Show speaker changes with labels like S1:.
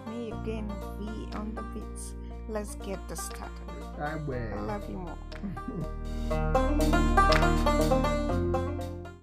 S1: again we on the beats. Let's get this started.
S2: I will.
S1: I love you more.